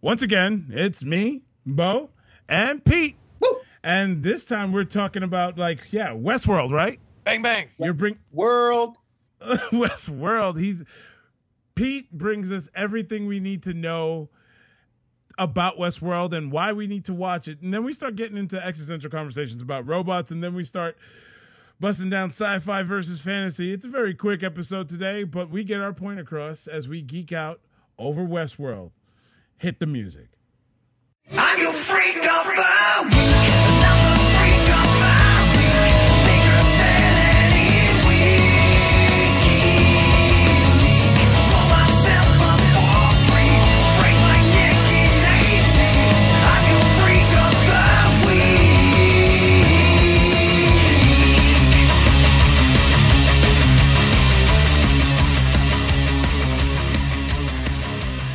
Once again, it's me, Bo, and Pete. And this time we're talking about like, yeah, Westworld, right? Bang bang. You're bring World. Westworld. He's Pete brings us everything we need to know about Westworld and why we need to watch it. And then we start getting into existential conversations about robots and then we start busting down sci-fi versus fantasy. It's a very quick episode today, but we get our point across as we geek out over Westworld. Hit the music. Are you freak of the week? Another freak of the week. Bigger than any week. Pull myself up for free. Break my neck in hasty. I'm your freak of the week.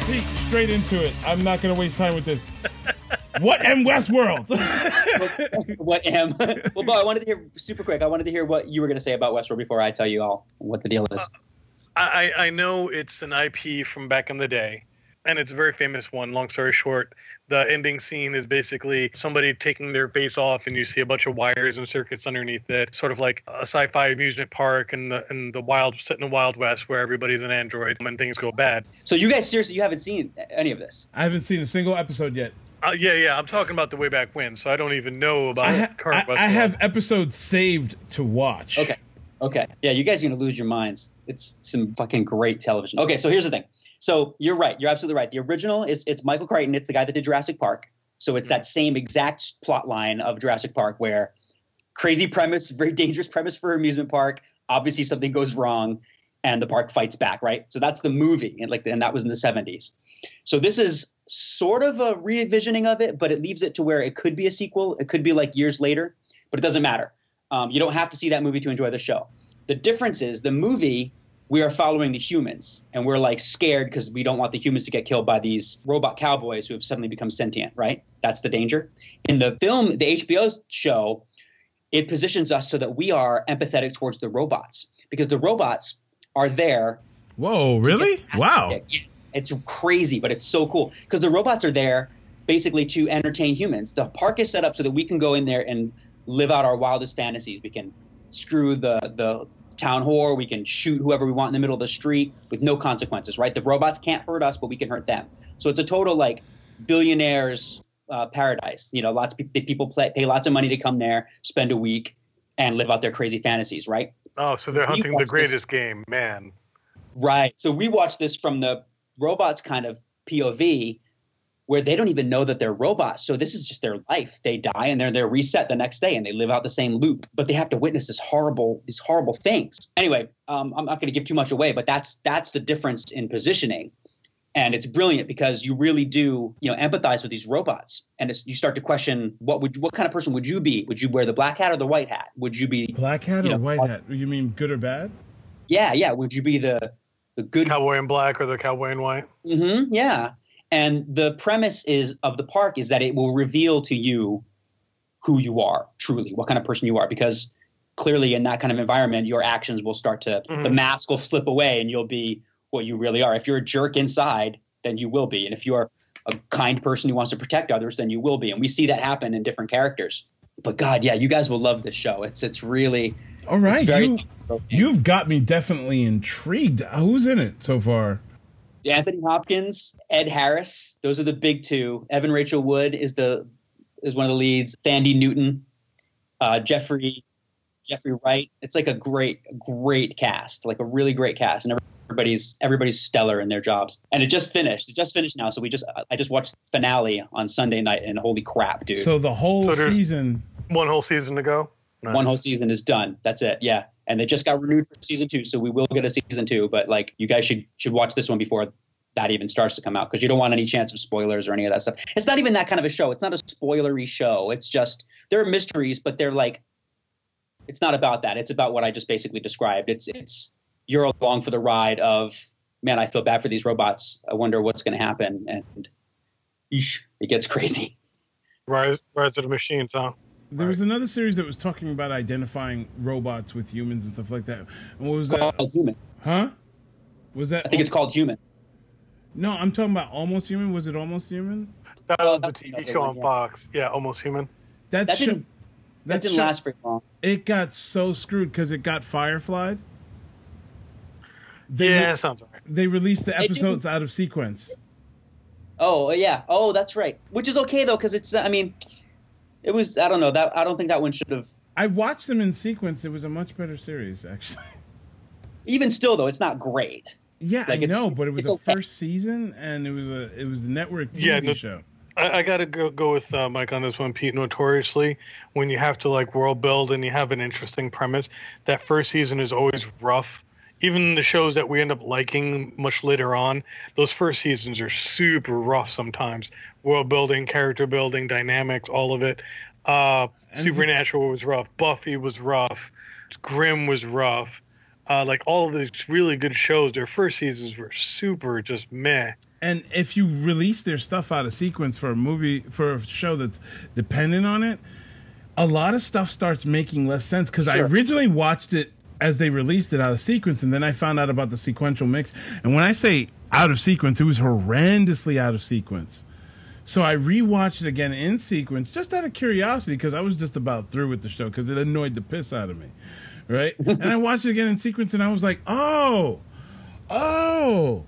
Pete, straight into it. I'm not going to waste time with this. what in Westworld? what am? well, Bo, I wanted to hear super quick. I wanted to hear what you were going to say about Westworld before I tell you all what the deal is. I, I I know it's an IP from back in the day, and it's a very famous one. Long story short, the ending scene is basically somebody taking their face off, and you see a bunch of wires and circuits underneath it, sort of like a sci-fi amusement park and the and the wild set in the Wild West where everybody's an android and things go bad. so you guys seriously, you haven't seen any of this. I haven't seen a single episode yet. Uh, yeah, yeah, I'm talking about the way back when, so I don't even know about I, ha- Oh, current I- Westworld. I have episodes saved to watch. Okay. Okay. Yeah, you guys are going to lose your minds. It's some fucking great television. Okay, so here's the thing. So you're right. You're absolutely right. The original is it's Michael Crichton. It's the guy that did Jurassic Park. So it's that same exact plot line of Jurassic Park where crazy premise, very dangerous premise for an amusement park. Obviously something goes wrong and the park fights back, right? So that's the movie and like and that was in the 70s. So this is sort of a revisioning of it, but it leaves it to where it could be a sequel. It could be like years later, but it doesn't matter. Um, you don't have to see that movie to enjoy the show. The difference is the movie we are following the humans and we're like scared because we don't want the humans to get killed by these robot cowboys who have suddenly become sentient, right? That's the danger. In the film, the HBO show, it positions us so that we are empathetic towards the robots because the robots are there Whoa, really? Wow. yeah, It's crazy, but it's so cool because the robots are there basically to entertain humans. The park is set up so that we can go in there and live out our wildest fantasies. We can screw the the town whore. We can shoot whoever we want in the middle of the street with no consequences. Right? The robots can't hurt us, but we can hurt them. So it's a total like billionaires uh, paradise. You know, lots of pe- people play, pay lots of money to come there, spend a week, and live out their crazy fantasies. Right? Oh, so they're We hunting the watched this- greatest game, man. Right. So we watch this from the robots kind of POV where they don't even know that they're robots. So this is just their life. They die and they're they're reset the next day and they live out the same loop, but they have to witness this horrible these horrible things. Anyway, um, I'm not going to give too much away, but that's that's the difference in positioning. And it's brilliant because you really do, you know, empathize with these robots, and it's, you start to question what would what kind of person would you be? Would you wear the black hat or the white hat? Would you be, Black hat or You know, white I- hat? You mean good or bad? yeah, yeah? Would you be the the good Cowboy in black or the cowboy in white? hmm yeah. And the premise is of the park is that it will reveal to you who you are truly, what kind of person you are, because clearly in that kind of environment, your actions will start to Mhm. the mask will slip away and you'll be what you really are. If you're a jerk inside, then you will be. And if you're a kind person who wants to protect others, then you will be. And we see that happen in different characters. But God, yeah, you guys will love this show. It's it's really All it's right. very you, you've got me definitely intrigued. Uh, Who's in it so far? Anthony Hopkins, Ed Harris, those are the big two. Evan Rachel Wood is the is one of the leads. Thandi Newton, uh, Jeffrey Jeffrey Wright. It's like a great great cast, like a really great cast, and everybody's everybody's stellar in their jobs. And it just finished. It just finished now, so we just I just watched the finale on Sunday night, and holy crap, dude! So the whole So there's- season. One whole season to go. Nice. one whole season is done. That's it. Yeah. And they just got renewed for season two, so we will get a season two. But like, you guys should should watch this one before that even starts to come out because you don't want any chance of spoilers or any of that stuff. It's not even that kind of a show. It's not a spoilery show. It's just there are mysteries, but they're like, it's not about that. It's about what I just basically described. It's it's you're along for the ride of man. I feel bad for these robots. I wonder what's going to happen, and eesh, it gets crazy. Rise, Rise of the Machines, huh? There was another series that was talking about identifying robots with humans and stuff like that. And what was It's that? called human. Huh? Was that? I think it's called human. No, I'm talking about Almost Human. Was it Almost Human? That Oh, was the that's TV another show one, on yeah. Fox. Yeah, almost human. That, That sho- didn't- That, didn't sho- last very long. It got so screwed because it got fireflied. They yeah, re- that sounds right. they released the It didn't- episodes out of sequence. Oh yeah. Oh, that's right. Which is okay though, because it's. I mean, it was. I don't know. That I don't think that one should have. I watched them in sequence. It was a much better series, actually. Even still though, it's not great. Yeah, Like, I it's- know, but it was it's a okay. first season, and it was a it was a network TV Yeah, no- show. I, I gotta go go with uh, Mike on this one, Pete. Notoriously, when you have to like world build and you have an interesting premise, that first season is always rough. Even the shows that we end up liking much later on, those first seasons are super rough sometimes. World building, character building, dynamics, all of it. Uh, And it's- Supernatural was rough. Buffy was rough. Grimm was rough. Uh, like all of these really good shows, their first seasons were super just meh. And if you release their stuff out of sequence for a movie for a show that's dependent on it, a lot of stuff starts making less sense. Because I Sure. originally watched it as they released it out of sequence, and then I found out about the sequential mix. And when I say out of sequence, it was horrendously out of sequence. So I rewatched it again in sequence, just out of curiosity, because I was just about through with the show because it annoyed the piss out of me, right? and I watched it again in sequence, and I was like, oh, oh,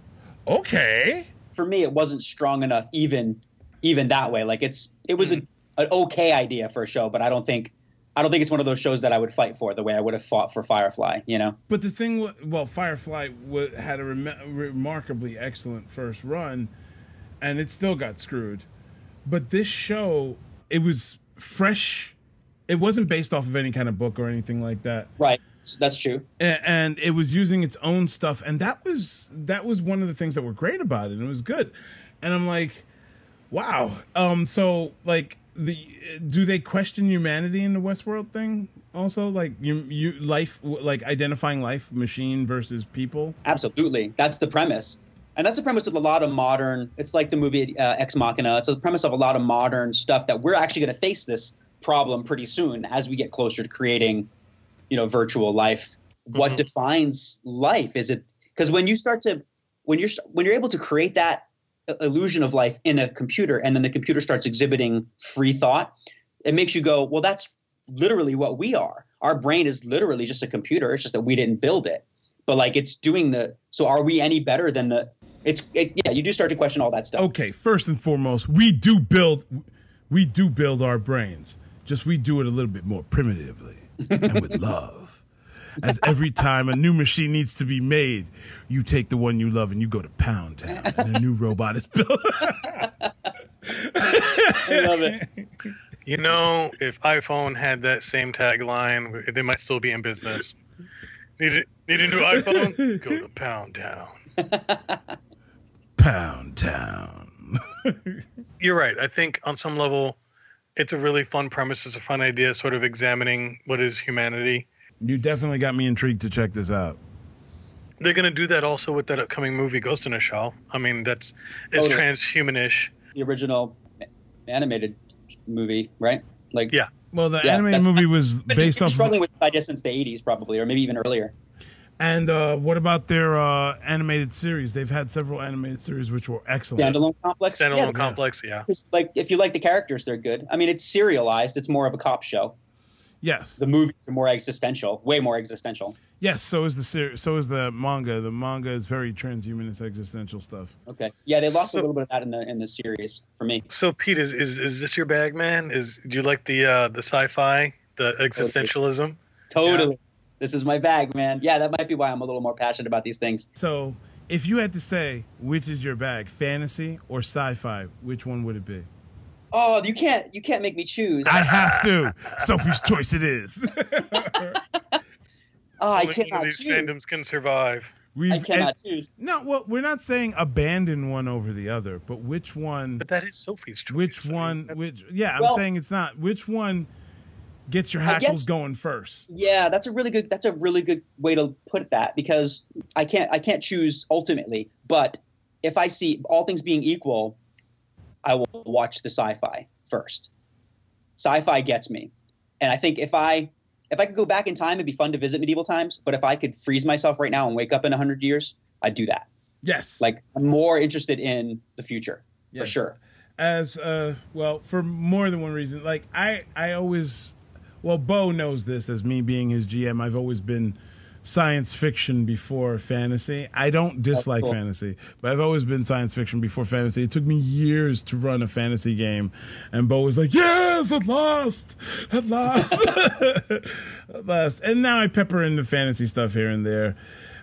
okay. For me, it wasn't strong enough. Even even that way. Like it's. It was a, an okay idea for a show, but I don't think. I don't think it's one of those shows that I would fight for the way I would have fought for Firefly. You know. But the thing, wa- well, Firefly wa had a rem- remarkably excellent first run, and it still got screwed. But this show, it was fresh. It wasn't based off of any kind of book or anything like that, Right. So that's true. A- and it was using its own stuff. And that was that was one of the things that were great about it, and it was good. And I'm like, wow. Um, so like the do they question humanity in the Westworld thing also? Like you, you life, like identifying life, machine versus people. Absolutely. That's the premise. And that's the premise of a lot of modern, it's like the movie uh, Ex Machina. It's the premise of a lot of modern stuff that we're actually going to face this problem pretty soon as we get closer to creating, you know, virtual life. What Mhm. defines life? Is it because when you start to, when you're, when you're able to create that i- illusion of life in a computer and then the computer starts exhibiting free thought, it makes you go, well, that's literally what we are. Our brain is literally just a computer. It's just that we didn't build it but like it's doing the so are we any better than the it's it, yeah you do start to question all that stuff Okay, first and foremost, we do build, we do build our brains. Just we do it a little bit more primitively and with love. As every time a new machine needs to be made, you take the one you love and you go to Pound Town, and a new robot is built. i love it You know, if iPhone had that same tagline, they might still be in business. Need a, need a new iPhone? Go to Pound Town. Pound Town. You're right. I think on some level, it's a really fun premise. It's a fun idea, sort of examining what is humanity. You definitely got me intrigued to check this out. They're going to do that also with that upcoming movie, Ghost in a Shell. I mean, that's it's Totally. transhumanish. the original animated movie right like Yeah. Well, the Yeah, animated that's- movie was But based you've been off. struggling with this idea since the 80s probably or maybe even earlier And uh, what about their uh, animated series? They've had several animated series which were excellent. standalone complex Standalone Yeah, complex, yeah. because, like if you like the characters they're good i mean it's serialized it's more of a cop show Yes. the movies are more existential way more existential Yes, so is the ser- so is the manga. The manga is very transhumanist existential stuff. okay yeah they lost So- a little bit of that in the in the series for me So, Pete, is, is is this your bag, man? Is do you like the uh, the sci-fi, Oh, the existentialism? totally this is my bag man yeah that might be why i'm a little more passionate about these things So, if you had to say which is your bag, fantasy or sci-fi, which one would it be? oh you can't you can't make me choose I have to. Sophie's choice it is. Oh, I Which one of cannot these choose. fandoms can survive. We've I cannot choose. no, well, we're not saying abandon one over the other, but which one But that is Sophie's choice. which I mean, one that- which yeah, I'm Well- saying it's not. Which one gets your I hackles guess- going first? Yeah, that's a really good. That's a really good way to put that because I can't. I can't choose ultimately. But if I see all things being equal, I will watch the sci-fi first. Sci-fi gets me, and I think if I if I could go back in time, it'd be fun to visit medieval times. But if I could freeze myself right now and wake up in hundred years, I'd do that. Yes. Like I'm more interested in the future for Yes. sure. as uh well for more than one reason like i i always well bo knows this as me being his gm i've always been science fiction before fantasy i don't dislike cool. fantasy but i've always been science fiction before fantasy it took me years to run a fantasy game and bo was like yes at last at last at last and now i pepper in the fantasy stuff here and there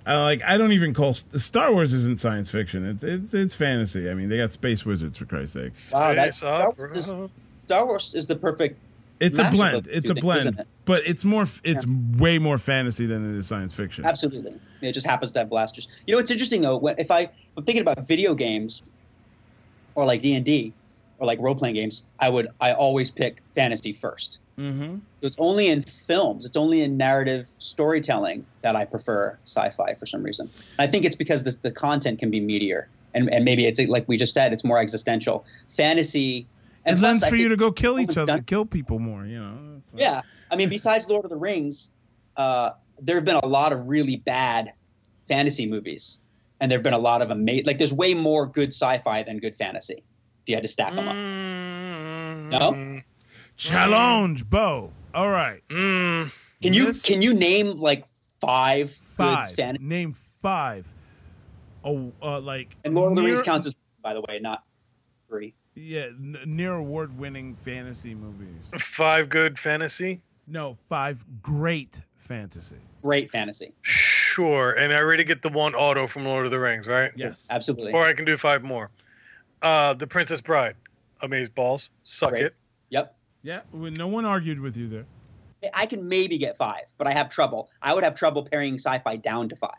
uh, like I don't even call Star Wars isn't science fiction. It's it's it's fantasy. I mean, they got space wizards for Christ's sake. Wow, that's Face Star up, Wars, is, bro. Star Wars is the perfect. It's a mashup of blend. the It's two a things, blend, isn't it? but it's more. f- It's way more fantasy than it is science fiction. Absolutely, it just happens to have blasters. You know, it's interesting though. When, if I, I'm thinking about video games, or like D and D, or like role playing games, I would I always pick fantasy first. Mm-hmm. So it's only in films, it's only in narrative storytelling that I prefer sci-fi for some reason. I think it's because the, the content can be meatier, and, and maybe it's like we just said, it's more existential. Fantasy It plus, lends I for you to think- go kill each Almost other, done. kill people more. You know. It's like- Yeah, I mean, besides Lord of the Rings, uh, there have been a lot of really bad fantasy movies, and there have been a lot of amazing. Like, there's way more good sci-fi than good fantasy. If you had to stack them up, Mm. No? Challenge, Bo. All right. Mm. can you This- can you name like five, Five. good fantasy? Name five. Oh, uh, like And Lord of the Rings near- counts as, by the way, not three. Yeah, n- near award-winning fantasy movies. Five good fantasy. No, five great fantasy. Great fantasy, Sure, and I already get the one auto from Lord of the Rings, right? Yes. absolutely. Or I can do five more. Uh, the Princess Bride, Amaze Balls, Suck Great. It, Yep, Yeah. well, No one argued with you there. I can maybe get five, but I have trouble. I would have trouble pairing sci-fi down to five.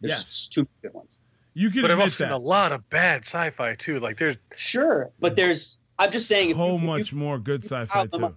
There's Yes. just too many good ones. You could but I've admit also seen that. a lot of bad sci-fi too. Like there's Sure, but there's. I'm just saying. if So you- if you- much more good sci-fi count them too. up.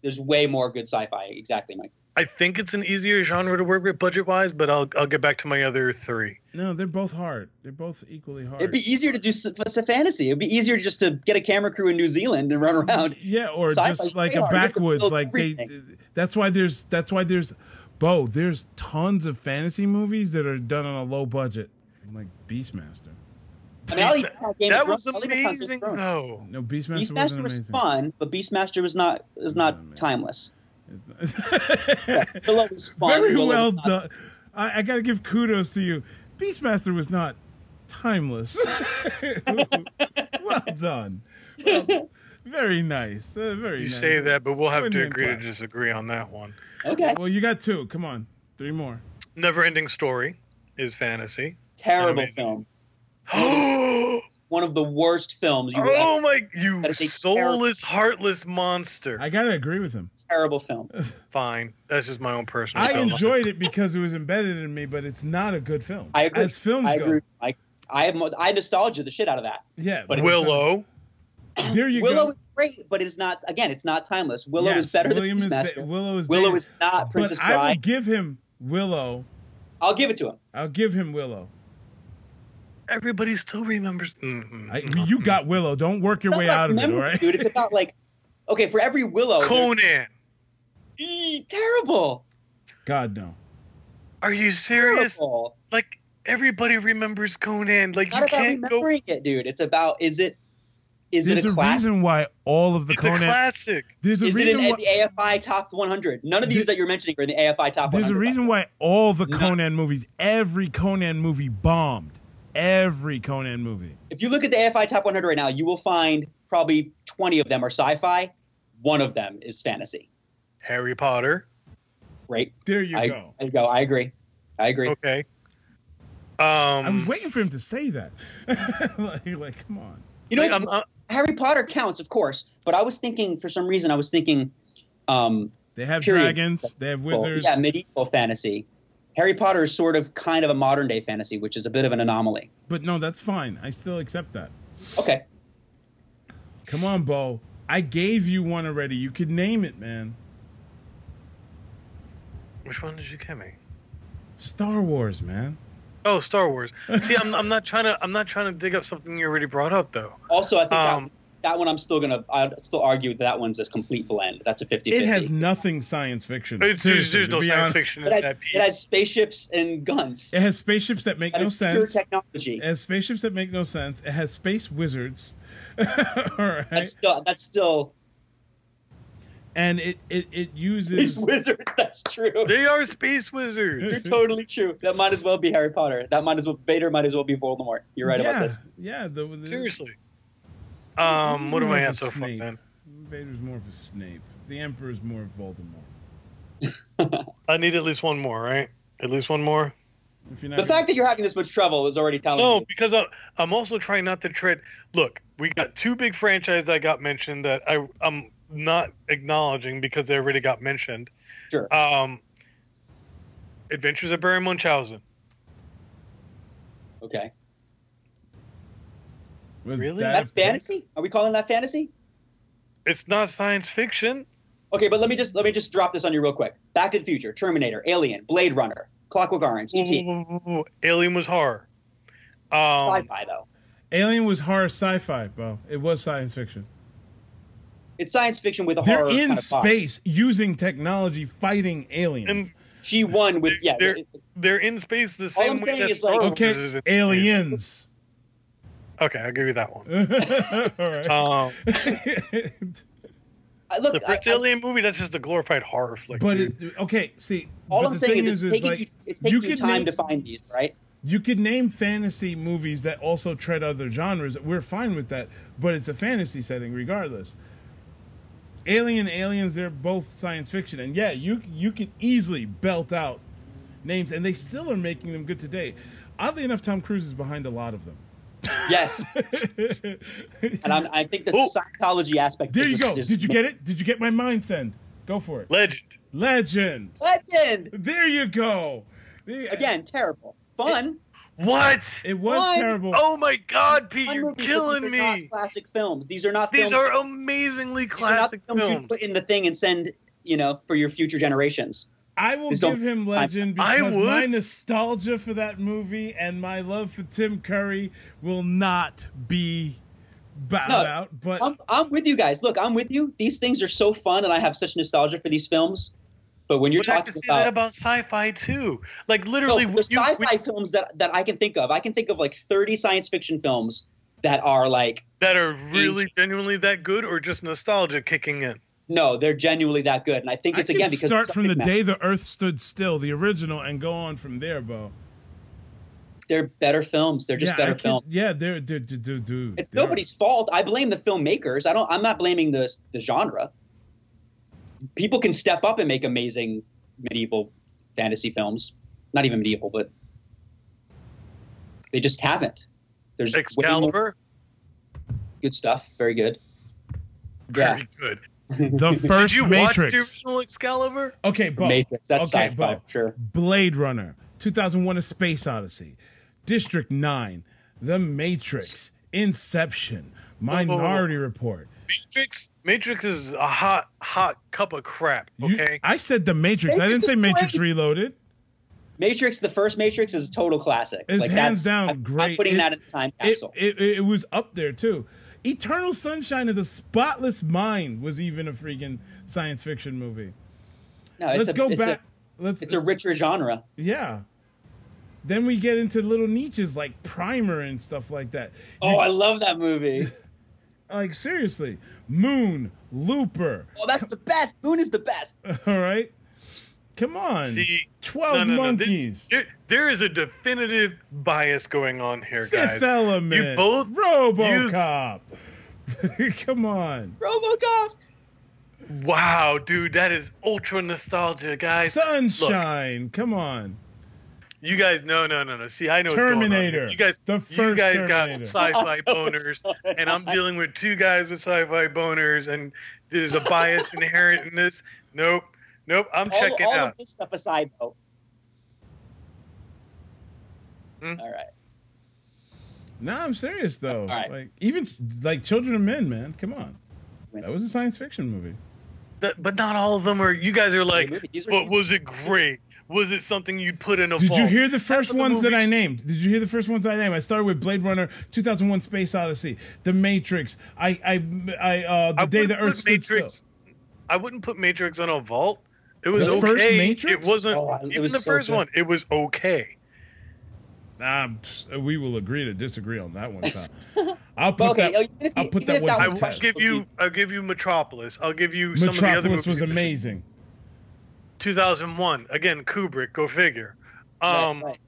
there's way more good sci-fi. Exactly, Mike. I think it's an easier genre to work with budget wise, but I'll I'll get back to my other three. No, they're both hard. They're both equally hard. It'd be easier to do s- s- a fantasy. It'd be easier just to get a camera crew in New Zealand and run around. Yeah, or Sci-fi just is like way a hard. You have to backwoods. build Like they. everything. That's why there's. That's why there's. Bo, there's tons of fantasy movies that are done on a low budget, like Beastmaster. I mean, I'll even count Game of That Thrones- was I'll even count Game of amazing Thrones. though. No, Oh, Beastmaster, Beastmaster wasn't was amazing. fun, but Beastmaster was not is Not amazing. not timeless. It's not- Willow was fun. Very Willow was well not- done. I, I got to give kudos to you. Beastmaster was not timeless. well done. Well- very nice. Uh, very You nice. say that, but we'll have Wouldn't to even agree to clap. disagree on that one. Okay, Well, you got two. Come on. Three more. Never ending story is fantasy. terrible Amazing. film. oh One of the worst films you will Oh. ever. my! You That is a soulless, heartless monster. I got to agree with him. Terrible film. Fine, that's just my own personal. I feeling. enjoyed it because it was embedded in me, but it's not a good film. I agree. As films I go. agree. Like I have, mo- I nostalgia the shit out of that. Yeah. But uh, Willow. There you Willow go. is great, but it is not. Again, it's not timeless. Willow Yes, is better William is than Beastmaster. da- Willow is Willow da- is not But Princess I will Bride. give him Willow. I'll give it to him. I'll give him Willow. Everybody still remembers. Mm-hmm. I, you got Willow. Don't work your It's not way about out of it, all memory, right? Dude, it's about like, okay, for every Willow, there's- Oh, Conan. Eee, terrible, God, no. Are you serious? terrible. Like everybody remembers Conan. Like Not you about can't go. remembering it, dude. It's about is it is There's it a a class? reason why all of the It's Conan. a classic. there's a is it reason. in why, the AFI top 100? None of these There- that you're mentioning are in the AFI top 100. there's a reason why all the No. Conan movies, every Conan movie bombed. Every Conan movie. If you look at the AFI top 100 right now, you will find probably 20 of them are sci-fi. One of them is fantasy. Harry Potter. Right? There you I, go. I go. I agree. I agree. Okay. I was Mm. Um. waiting for him to say that. like, like, come on. You know, like, it's I'm- uh, I'm- Harry Potter counts, of course, but I was thinking for some reason I was thinking um, They have Period. dragons. They have Well, wizards. yeah, medieval fantasy. Harry Potter is sort of kind of a modern day fantasy, which is a bit of an anomaly. but no, that's fine. I still accept that. Okay. Come on, Bo. I gave you one already. You could name it, man. which one did you give me? Star Wars, man. Oh, Star Wars. See, I'm, I'm not trying to. I'm not trying to dig up something you already brought up though. Also, I think Um, that that one I'm still gonna I'd still argue that, that one's a complete blend. That's a 50 It has nothing science fiction. It's, there's, seriously, there's to no be science honest. fiction in it has, that piece. it has spaceships and guns. It has spaceships that make That no is pure sense. technology. It has spaceships that make no sense. It has space wizards. All right. That's still that's still and it, it, it these uses wizards. That's true. they are space wizards. You're totally true. That might as well be Harry Potter. That might as well Vader might as well be Voldemort. You're right yeah, about this. Yeah, the, the Seriously. Um, what do I He's have more so of a far, Snape. man? Vader's more of a Snape. The Emperor's more of Voldemort. I need at least one more, right? At least one more. If you're not The gonna- fact that you're having this much trouble is already telling No, Oh, me. because I, I'm also trying not to tread. Look, we got two big franchises that got mentioned that I I'm not acknowledging because they already got mentioned. Sure. Um, Adventures of Barry Munchausen. Okay. was Really? that That's a pick? fantasy? Are we calling that fantasy? It's not science fiction. Okay, but let me just let me just drop this on you real quick. Back to the Future, Terminator, Alien, Blade Runner, Clockwork Orange, E Whoa, ET. whoa, whoa, whoa, whoa. Alien was horror. Um, Sci-fi though. Alien was horror sci-fi, bro. It was science fiction. It's science fiction with a They're horror in kind of vibe. space using technology fighting aliens. And- She won with yeah. They're- it- it- they're in space the All I'm same way saying that is, Star like- Wars is okay, in space. aliens. Okay, I'll give you that one. All right. Um, I- look, the first I- I- Alien movie, that's just a glorified horror flick. but dude. it, okay, see, all but I'm the saying thing is, it's is taking like you, it's taking you, could time name- to find these, right? you could name fantasy movies that also tread other genres. We're fine with that, but it's a fantasy setting regardless. Alien, Aliens, they're both science fiction, and yeah, you you can easily belt out names, and they still are making them good today. Oddly enough, Tom Cruise is behind a lot of them. Yes, and I'm, I think the Oh. Scientology aspect. there is you just- go. is- Did you get it? Did you get my mind send? Go for it. Legend. Legend. Legend There you go. There- again, terrible, fun. What? It was One- terrible. Oh my God, Pete, fun you're movies, but killing these are Not me. classic films. These are not. These films, are amazingly these are not classic films, films. you put in the thing and send, you know, for your future generations. I will Please give don't- him legend I- I because would. my nostalgia for that movie and my love for Tim Curry will not be bowed No, out. But I'm, I'm with you guys. Look, I'm with you. These things are so fun, and I have such nostalgia for these films. But when you're But I talking can see about, that about sci-fi too. Like No, literally, the when you, sci-fi when- films that, that I can think of, I can think of like 30 science fiction films that are like, that are really genuinely that good, or just nostalgia kicking in. no, they're genuinely that good. And I think I it's can again because start the from the subject matter- day the Earth stood still, the original, and go on from there, Bo. they're better films. They're just yeah, I better can- films. Yeah, they're dude, dude, dude, dude. It's they're- nobody's fault. I blame the filmmakers. I don't. I'm not blaming the the genre. People can step up and make amazing medieval fantasy films. Not even medieval, but they just haven't. There's way more Excalibur, good stuff. Very good. very good. the Did first you watch the Matrix. original Excalibur? Okay, Bo. Matrix. That's okay, sci-fi, Bo. for sure. Blade Runner, 2001 A Space Odyssey, District 9, The Matrix, Inception, whoa, whoa. Minority Report. Matrix. Matrix is a hot, hot cup of crap. You- Okay. I said The Matrix. I didn't Matrix say is Matrix great. Reloaded. Matrix, the first Matrix, is a total classic. It's hands that's, down I'm, great. I'm putting It- that in the time It, capsule. it, it was up there too. Eternal Sunshine of the Spotless Mind was even a freaking science fiction movie. no, it's Let's a, go it's back. Let's A, it's a richer genre. yeah. Then we get into little niches like Primer and stuff like that. Oh, I love that movie. Like seriously, Moon, Looper, Oh, that's the best. Moon is the best. All right. Come on. See, 12 monkeys. There, there is a definitive bias going on here, guys. Fifth Element. You both- RoboCop. Come on. RoboCop. Wow, dude, that is ultra nostalgia, guys. Sunshine. Come on. You guys, no, no, no, no. See, I know what's going on here. Terminator. You guys, The you first guys Terminator. got sci-fi Oh, boners, and I'm dealing with two guys with sci-fi boners, and there's a bias inherent in this. Nope, nope. I'm All, checking all out. of this stuff aside, though. Hmm? All right. Nah, I'm serious though. right. Like even like Children of Men, man. Come on. That was a science fiction movie. That- but not all of them are. You guys are like, Movie. These are- but was it great? Was it something you'd put in a Did vault? you hear the first what the ones that I movies- named? Did you hear the first ones I named? I started with Blade Runner, 2001: Space Odyssey, The Matrix. I, I, I uh, the I day the wouldn't Earth put stood Matrix, still. I wouldn't put Matrix on a vault. It was The okay. first Matrix? It wasn't Oh, I- it even was the so first good. one. It was okay. Ah, pfft, we will agree to disagree on that one. Tom. I'll put But okay, that. oh, even if, I'll put even that if one to I that the will test. was give you. I'll give you Metropolis. I'll give you some of the other Metropolis movies. was you mentioned. amazing. 2001 again. Kubrick. Go figure. Um, right, right.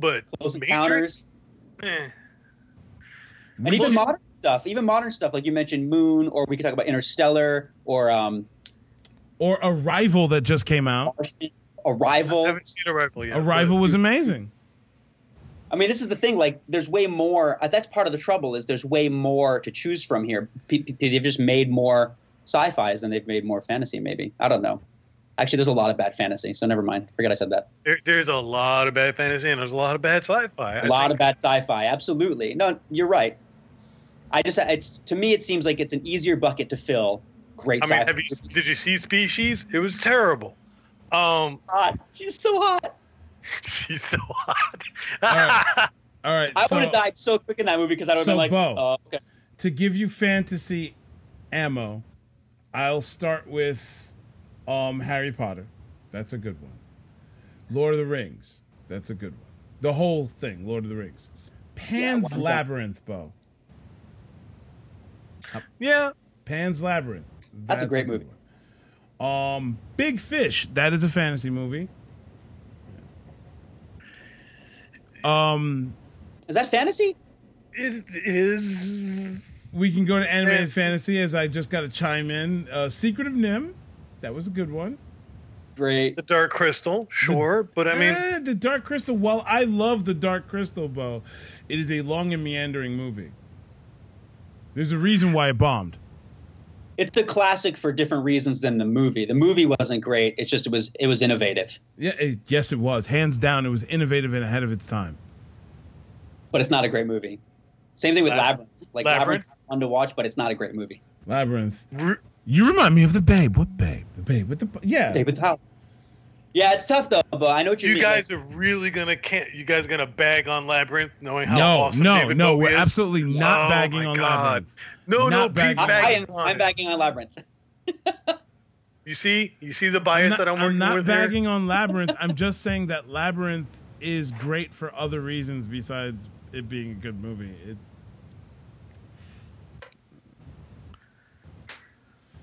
but Close Matrix? Encounters, eh. and even Close- modern stuff, even modern stuff like you mentioned, Moon, or we could talk about Interstellar, or um, Or Arrival that just came out. Martian, I Arrival. haven't seen Arrival yet. Arrival but- was amazing. I mean, this is the thing. Like, there's way more. uh, That's part of the trouble is there's way more to choose from here. P- p- they've just made more sci-fi's than they've made more fantasy. Maybe I don't know. Actually, there's a lot of bad fantasy, so never mind. Forget I said that. There, there's a lot of bad fantasy and there's a lot of bad sci-fi. A lot of bad sci-fi. Absolutely. No, you're right. I just it's to me it seems like it's an easier bucket to fill. Great I mean, sci-fi. have you, did you see Species? It was terrible. Um, hot. She's so hot. she's so hot. Alright. All right. I so would have died so quick in that movie because I would have so been like, Bo. oh, okay. to give you fantasy ammo, I'll start with um, Harry Potter. That's a good one. Lord of the Rings. That's a good one. The whole thing, Lord of the Rings. Pan's one's up. Labyrinth, Bo. yeah, Pan's Labyrinth. That's a great good movie. one. Um, Big Fish. That is a fantasy movie. Um, Is that fantasy? it is. we can go to animated Yes. fantasy as I just got to chime in. Uh, Secret of Nim. That was a good one. Great. The Dark Crystal, sure, but I mean, Eh, the Dark Crystal. While I love the Dark Crystal, Bo, it is a long and meandering movie. There's a reason why it bombed. It's a classic for different reasons than the movie. The movie wasn't great. It's just it was it was innovative, Yeah, it, yes, it was hands down. It was innovative and ahead of its time. but it's not a great movie. Same thing with Lab- Labyrinth. Like Labyrinth, Labyrinth? is fun to watch, but it's not a great movie. Labyrinth. r- You remind me of the Babe. What Babe? The Babe with the bu- yeah. David Powell. Yeah, it's tough though. But I know what you, you mean. guys are really gonna can't. You guys are gonna bag on Labyrinth, knowing how No, awesome no, David no. Bowie We're is? absolutely not Oh bagging my on God. Labyrinth. No, no, Not Pete bagging. Like, I, I bags am. on I'm it. backing on Labyrinth. You see, you see the I'm bias not, that I'm I'm working not with here? bagging on Labyrinth. I'm just saying that Labyrinth is great for other reasons besides it being a good movie. It,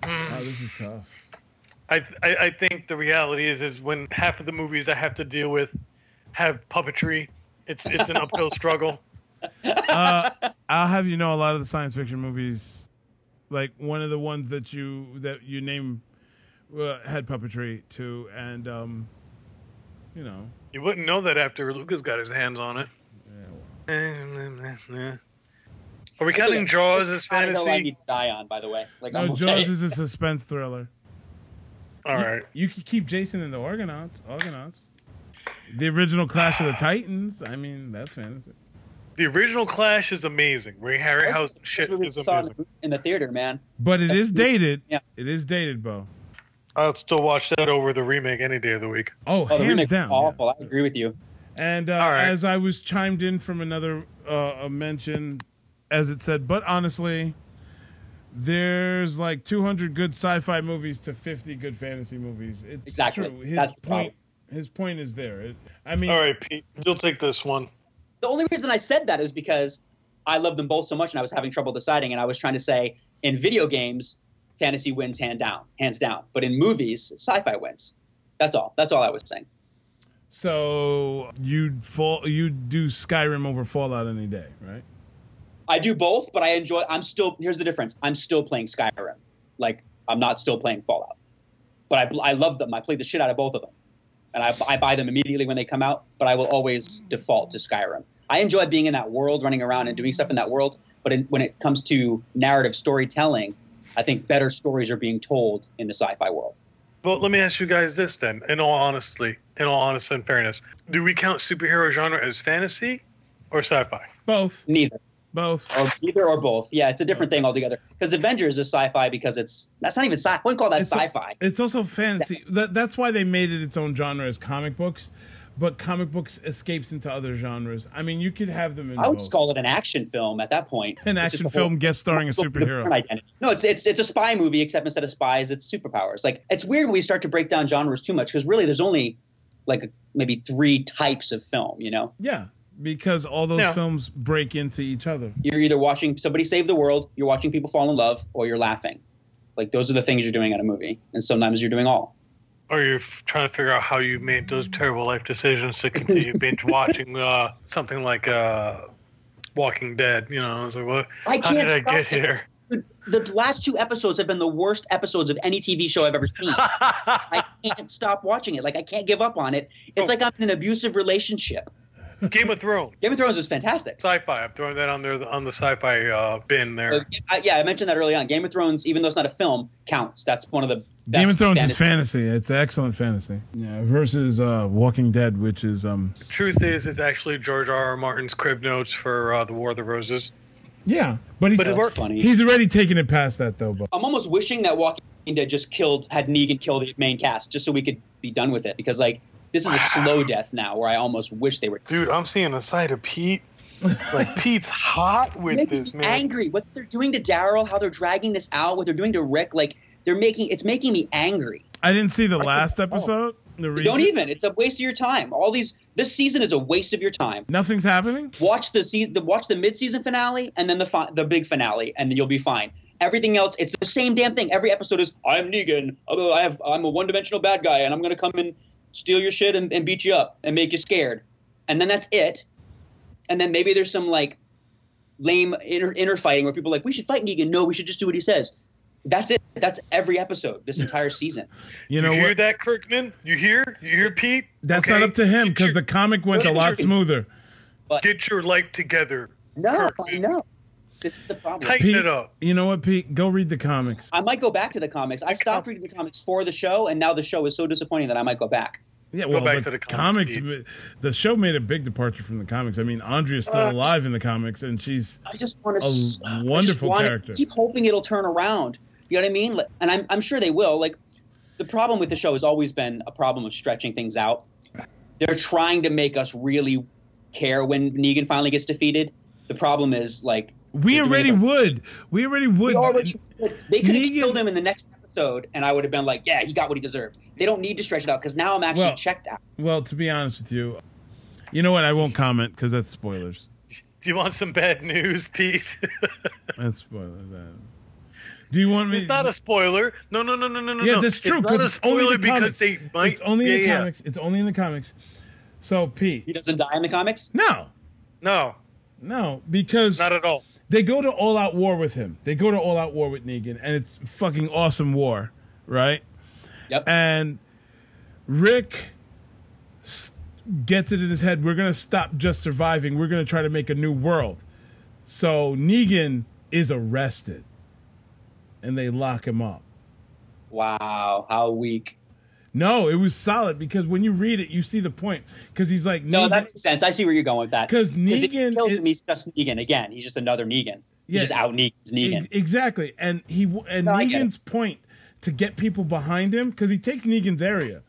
wow, this is tough. I, I I think the reality is is when half of the movies I have to deal with have puppetry, it's it's an uphill struggle. Uh, I'll have you know, a lot of the science fiction movies, like one of the ones that you that you name, uh, had puppetry too, and um, you know, You wouldn't know that after Lucas got his hands on it. yeah, well. Are we counting Jaws as I don't know I need fantasy? to die on. By the way, like no, I'm okay. Oh, Jaws is a suspense thriller. All You- right. You, could keep Jason and the Argonauts. Argonauts. The original Clash of the Titans. I mean, that's fantasy. The original Clash is amazing. Ray That's Harryhausen the shit first movie is I saw in amazing. the- in the theater, man. But it is dated. Yeah. It is dated, Bo. I'll still watch that over the remake any day of the week. Oh, Oh, the hands remake's down. awful. yeah. I agree with you. And uh, All right. as I was chimed in from another uh, a mention, as it said, but honestly, there's like 200 good sci-fi movies to 50 good fantasy movies. It's Exactly. true. His That's the point. His point is there. It, I mean, All right, Pete, you'll take this one. the only reason I said that is because I love them both so much, and I was having trouble deciding. And I was trying to say, in video games, fantasy wins hand down, hands down. But in movies, sci-fi wins. That's all. That's all I was saying. so you'd fall. You'd do Skyrim over Fallout any day, right? I do both, but I enjoy. I'm still. Here's the difference. I'm still playing Skyrim. Like I'm not still playing Fallout. But I, I love them. I play the shit out of both of them, and I, I buy them immediately when they come out. But I will always default to Skyrim. I enjoy being in that world, running around and doing stuff in that world. But in, when it comes to narrative storytelling, I think better stories are being told in the sci-fi world. Well, let me ask you guys this then, in all honesty, in all honesty and fairness. Do we count superhero genre as fantasy or sci fi? Both. Neither. Both. or either or both. Yeah, it's a different thing altogether. Because Avengers is sci-fi because it's that's not even sci. I wouldn't call that It's a- sci-fi. It's also fantasy. That, that's why they made it its own genre as comic books, but comic books escapes into other genres. I mean, you could have them in I would both. just call it an action film at that point. an It's just action a whole- film guest starring a whole superhero. different identity. No, it's it's it's a spy movie except instead of spies, it's superpowers. Like it's weird when we start to break down genres too much because really there's only like maybe three types of film. You know, Yeah, because all those Yeah. films break into each other. you're either watching somebody save the world, you're watching people fall in love, or you're laughing. Like those are the things you're doing at a movie, and sometimes you're doing all. Or you're f- trying to figure out how you made those terrible life decisions to continue binge watching uh, something like uh, Walking Dead. You know, it's like, what? I How can't did I stop get here? the, the last two episodes have been the worst episodes of any TV show I've ever seen. I can't stop watching it. Like I can't give up on it. Oh. It's like I'm in an abusive relationship. Game of Thrones, Game of Thrones is fantastic. sci-fi. I'm throwing that on there on the sci-fi uh, bin there. Uh, I- yeah, I mentioned that early on. Game of Thrones, even though it's not a film, counts. That's one of the best Game of Thrones is fantasy- fantasy. It's excellent fantasy. Yeah, versus uh, Walking Dead, which is um, Truth is, it's actually George R. R. Martin's crib notes for uh, the War of the Roses. yeah, but he's But it That's works. funny. he's already taken it past that though. But I'm almost wishing that Walking Dead just killed had Negan kill the main cast just so we could be done with it because like this is a slow death now where I almost wish they were Dude, I'm seeing a side of Pete. Like Pete's hot with making this me man. angry. What they're doing to Daryl, how they're dragging this out, what they're doing to Rick, like they're making it's making me angry. I didn't see the What's last the- oh. episode. The You reason, Don't even. It's a waste of your time. All these this season is a waste of your time. Nothing's happening. Watch the season, watch the mid-season finale, and then the fi- the big finale, and you'll be fine. Everything else, it's the same damn thing. Every episode is I'm Negan. Oh, I have I'm a one-dimensional bad guy, and I'm gonna come and steal your shit and, and beat you up and make you scared, and then that's it. And then maybe there's some like lame inner inner fighting where people are like we should fight Negan. No, we should just do what he says. That's it. That's every episode this entire season. You You, know hear what? that, Kirkman? You hear? You hear Pete? That's Okay, not up to him get because your- the comic went a lot smoother. get your life together. No, Kirkman. no. This is the problem. Tighten Pete, it up. you know what, Pete? Go read the comics. I might go back to the comics. I stopped reading the comics for the show, and now the show is so disappointing that I might go back. Yeah, well, back the, to the comics. comics, The show made a big departure from the comics. I mean, Andrea's still Uh, alive in the comics, and she's I just want A to. wonderful character. Keep hoping it'll turn around. You know what I mean? Like- And I'm, I'm sure they will. Like the problem with the show has always been a problem of stretching things out. They're trying to make us really care when Negan finally gets defeated. The problem is like We they're doing already it- would. We already would. We already, they could have Negan- killed him in the next episode, and I would have been like, "Yeah, he got what he deserved." They don't need to stretch it out because now I'm actually Well- checked out. Well, to be honest with you, you know what? I won't comment because that's spoilers. Do you want some bad news, Pete? That's spoilers. I don't- Do you want me? it's not a spoiler. No, no, no, no, no, no. yeah, no. that's true. It's not a it's only spoiler in the because comics. they might. It's only in the yeah, yeah. comics. It's only in the comics. So He Pete, doesn't die in the comics. no, No, no, because not at all. they go to all out war with him. They go to all out war with Negan, and it's fucking awesome war, right? Yep. And Rick s- gets it in his head. We're gonna stop just surviving. We're gonna try to make a new world. So Negan is arrested, and they lock him up. Wow, how weak. No, it was solid because when you read it, you see the point. Because he's like, No, Negan- that makes sense. I see where you're going with that. 'Cause if he Negan kills is- him, he's just Negan again. He's just another Negan. Yeah. He's just out Negan's Negan. E- exactly, and he w- and No, I get Negan's point to get people behind him because he takes Negan's area.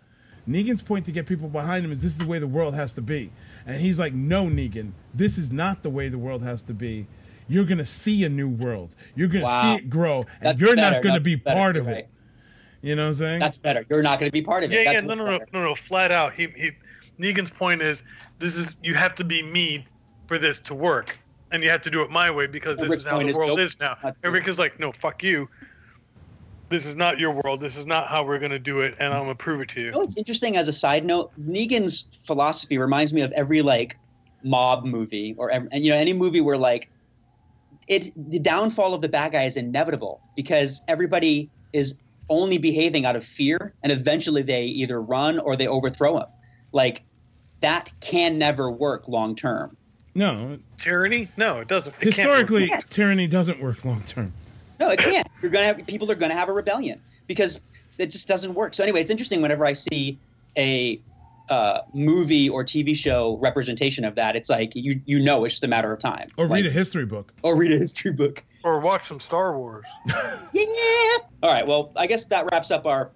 Negan's point to get people behind him is this is the way the world has to be, and he's like, no, Negan, this is not the way the world has to be. You're gonna see a new world. You're gonna Wow. see it grow, and That's you're not better. gonna That's be better. part You're of right. it. You know what I'm saying? That's better. You're not going to be part of it. Yeah, That's yeah, no, what's no, no, better. no, no. Flat out, he, he, Negan's point is, this is you have to be me for this to work, and you have to do it my way because Well, this Rick's is how point the is, world nope, is now. not true. And Rick is like, no, fuck you. This is not your world. This is not how we're gonna do it, and I'm gonna prove it to You know you. what's interesting as a side note? Negan's philosophy reminds me of every like mob movie or ev- and you know any movie where like it the downfall of the bad guy is inevitable because everybody is only behaving out of fear and eventually they either run or they overthrow him. Like that can never work long term. no, Tyranny? No, it doesn't. It can't work. historically, tyranny doesn't work long term. No, it can't. You're gonna have people are gonna have a rebellion because it just doesn't work. So anyway, it's interesting whenever I see a uh, movie or TV show representation of that, it's like you you know it's just a matter of time. Or read a Like, history book. or read a history book. Or watch some Star Wars. Yeah. All right. Well, I guess that wraps up our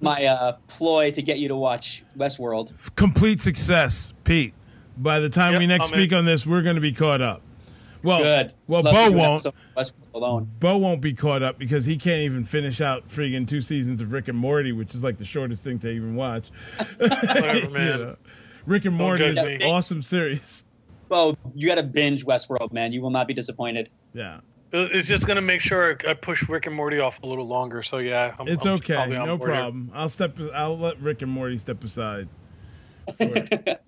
my uh, ploy to get you to watch Westworld. Complete success, Pete. By the time Yep, we next I'm in. speak on this, we're going to be caught up. Well, Good. Oh, well, Love to Bo do an won't. episode of Westworld alone. Bo won't be caught up because he can't even finish out friggin' two seasons of Rick and Morty, which is like the shortest thing to even watch. Whatever, man. Rick and Morty is judge an me. awesome series. Bo, you got to binge Westworld, man. You will not be disappointed. Yeah, It's just gonna make sure I, I push Rick and Morty off a little longer. So yeah, I'm, it's I'm okay, probably on no board here. problem. I'll step. I'll let Rick and Morty step aside. for it.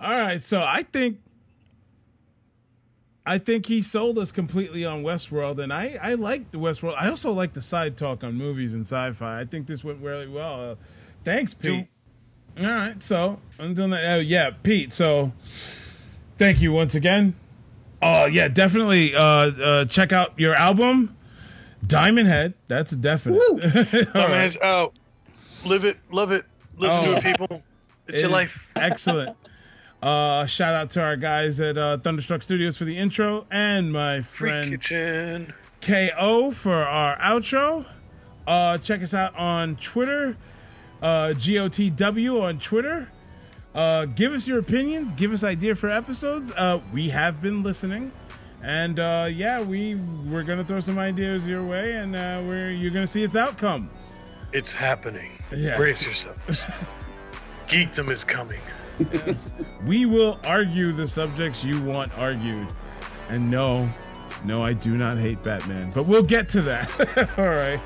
All right, so I think. I think he sold us completely on Westworld, and I, I like the Westworld. I also like the side talk on movies and sci-fi. I think this went really well. Uh, thanks, Pete. All right, so until that, oh yeah, Pete. So thank you once again. Oh yeah, definitely. Uh, uh, check out your album, Diamond Head. That's a definite. Woo! All Dumb right. Hands out. Live it, love it, listen Oh. to it, people. It's your It- life. Excellent. Uh, shout out to our guys at uh, Thunderstruck Studios for the intro and my Free friend kitchen. KO for our outro. Uh, check us out on Twitter, uh, GOTW on Twitter. Uh, give us your opinion. Give us idea for episodes. Uh, we have been listening, and uh, yeah, we we're gonna throw some ideas your way, and uh, we're you're gonna see its outcome. It's happening. Yes. Brace yourselves. Geekdom is coming. We will argue the subjects you want argued. And no, no, I do not hate Batman, but we'll get to that. All right.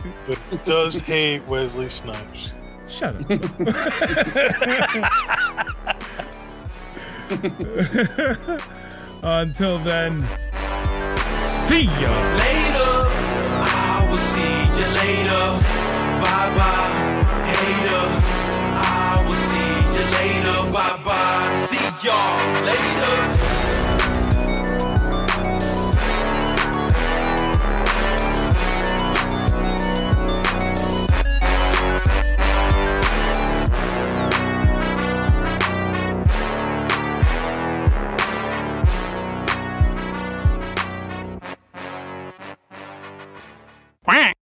But does hate Wesley Snipes. Shut up. Until then, see ya. later. I will see you later. Bye bye, hater. I will see you later. Bye bye, see y'all later.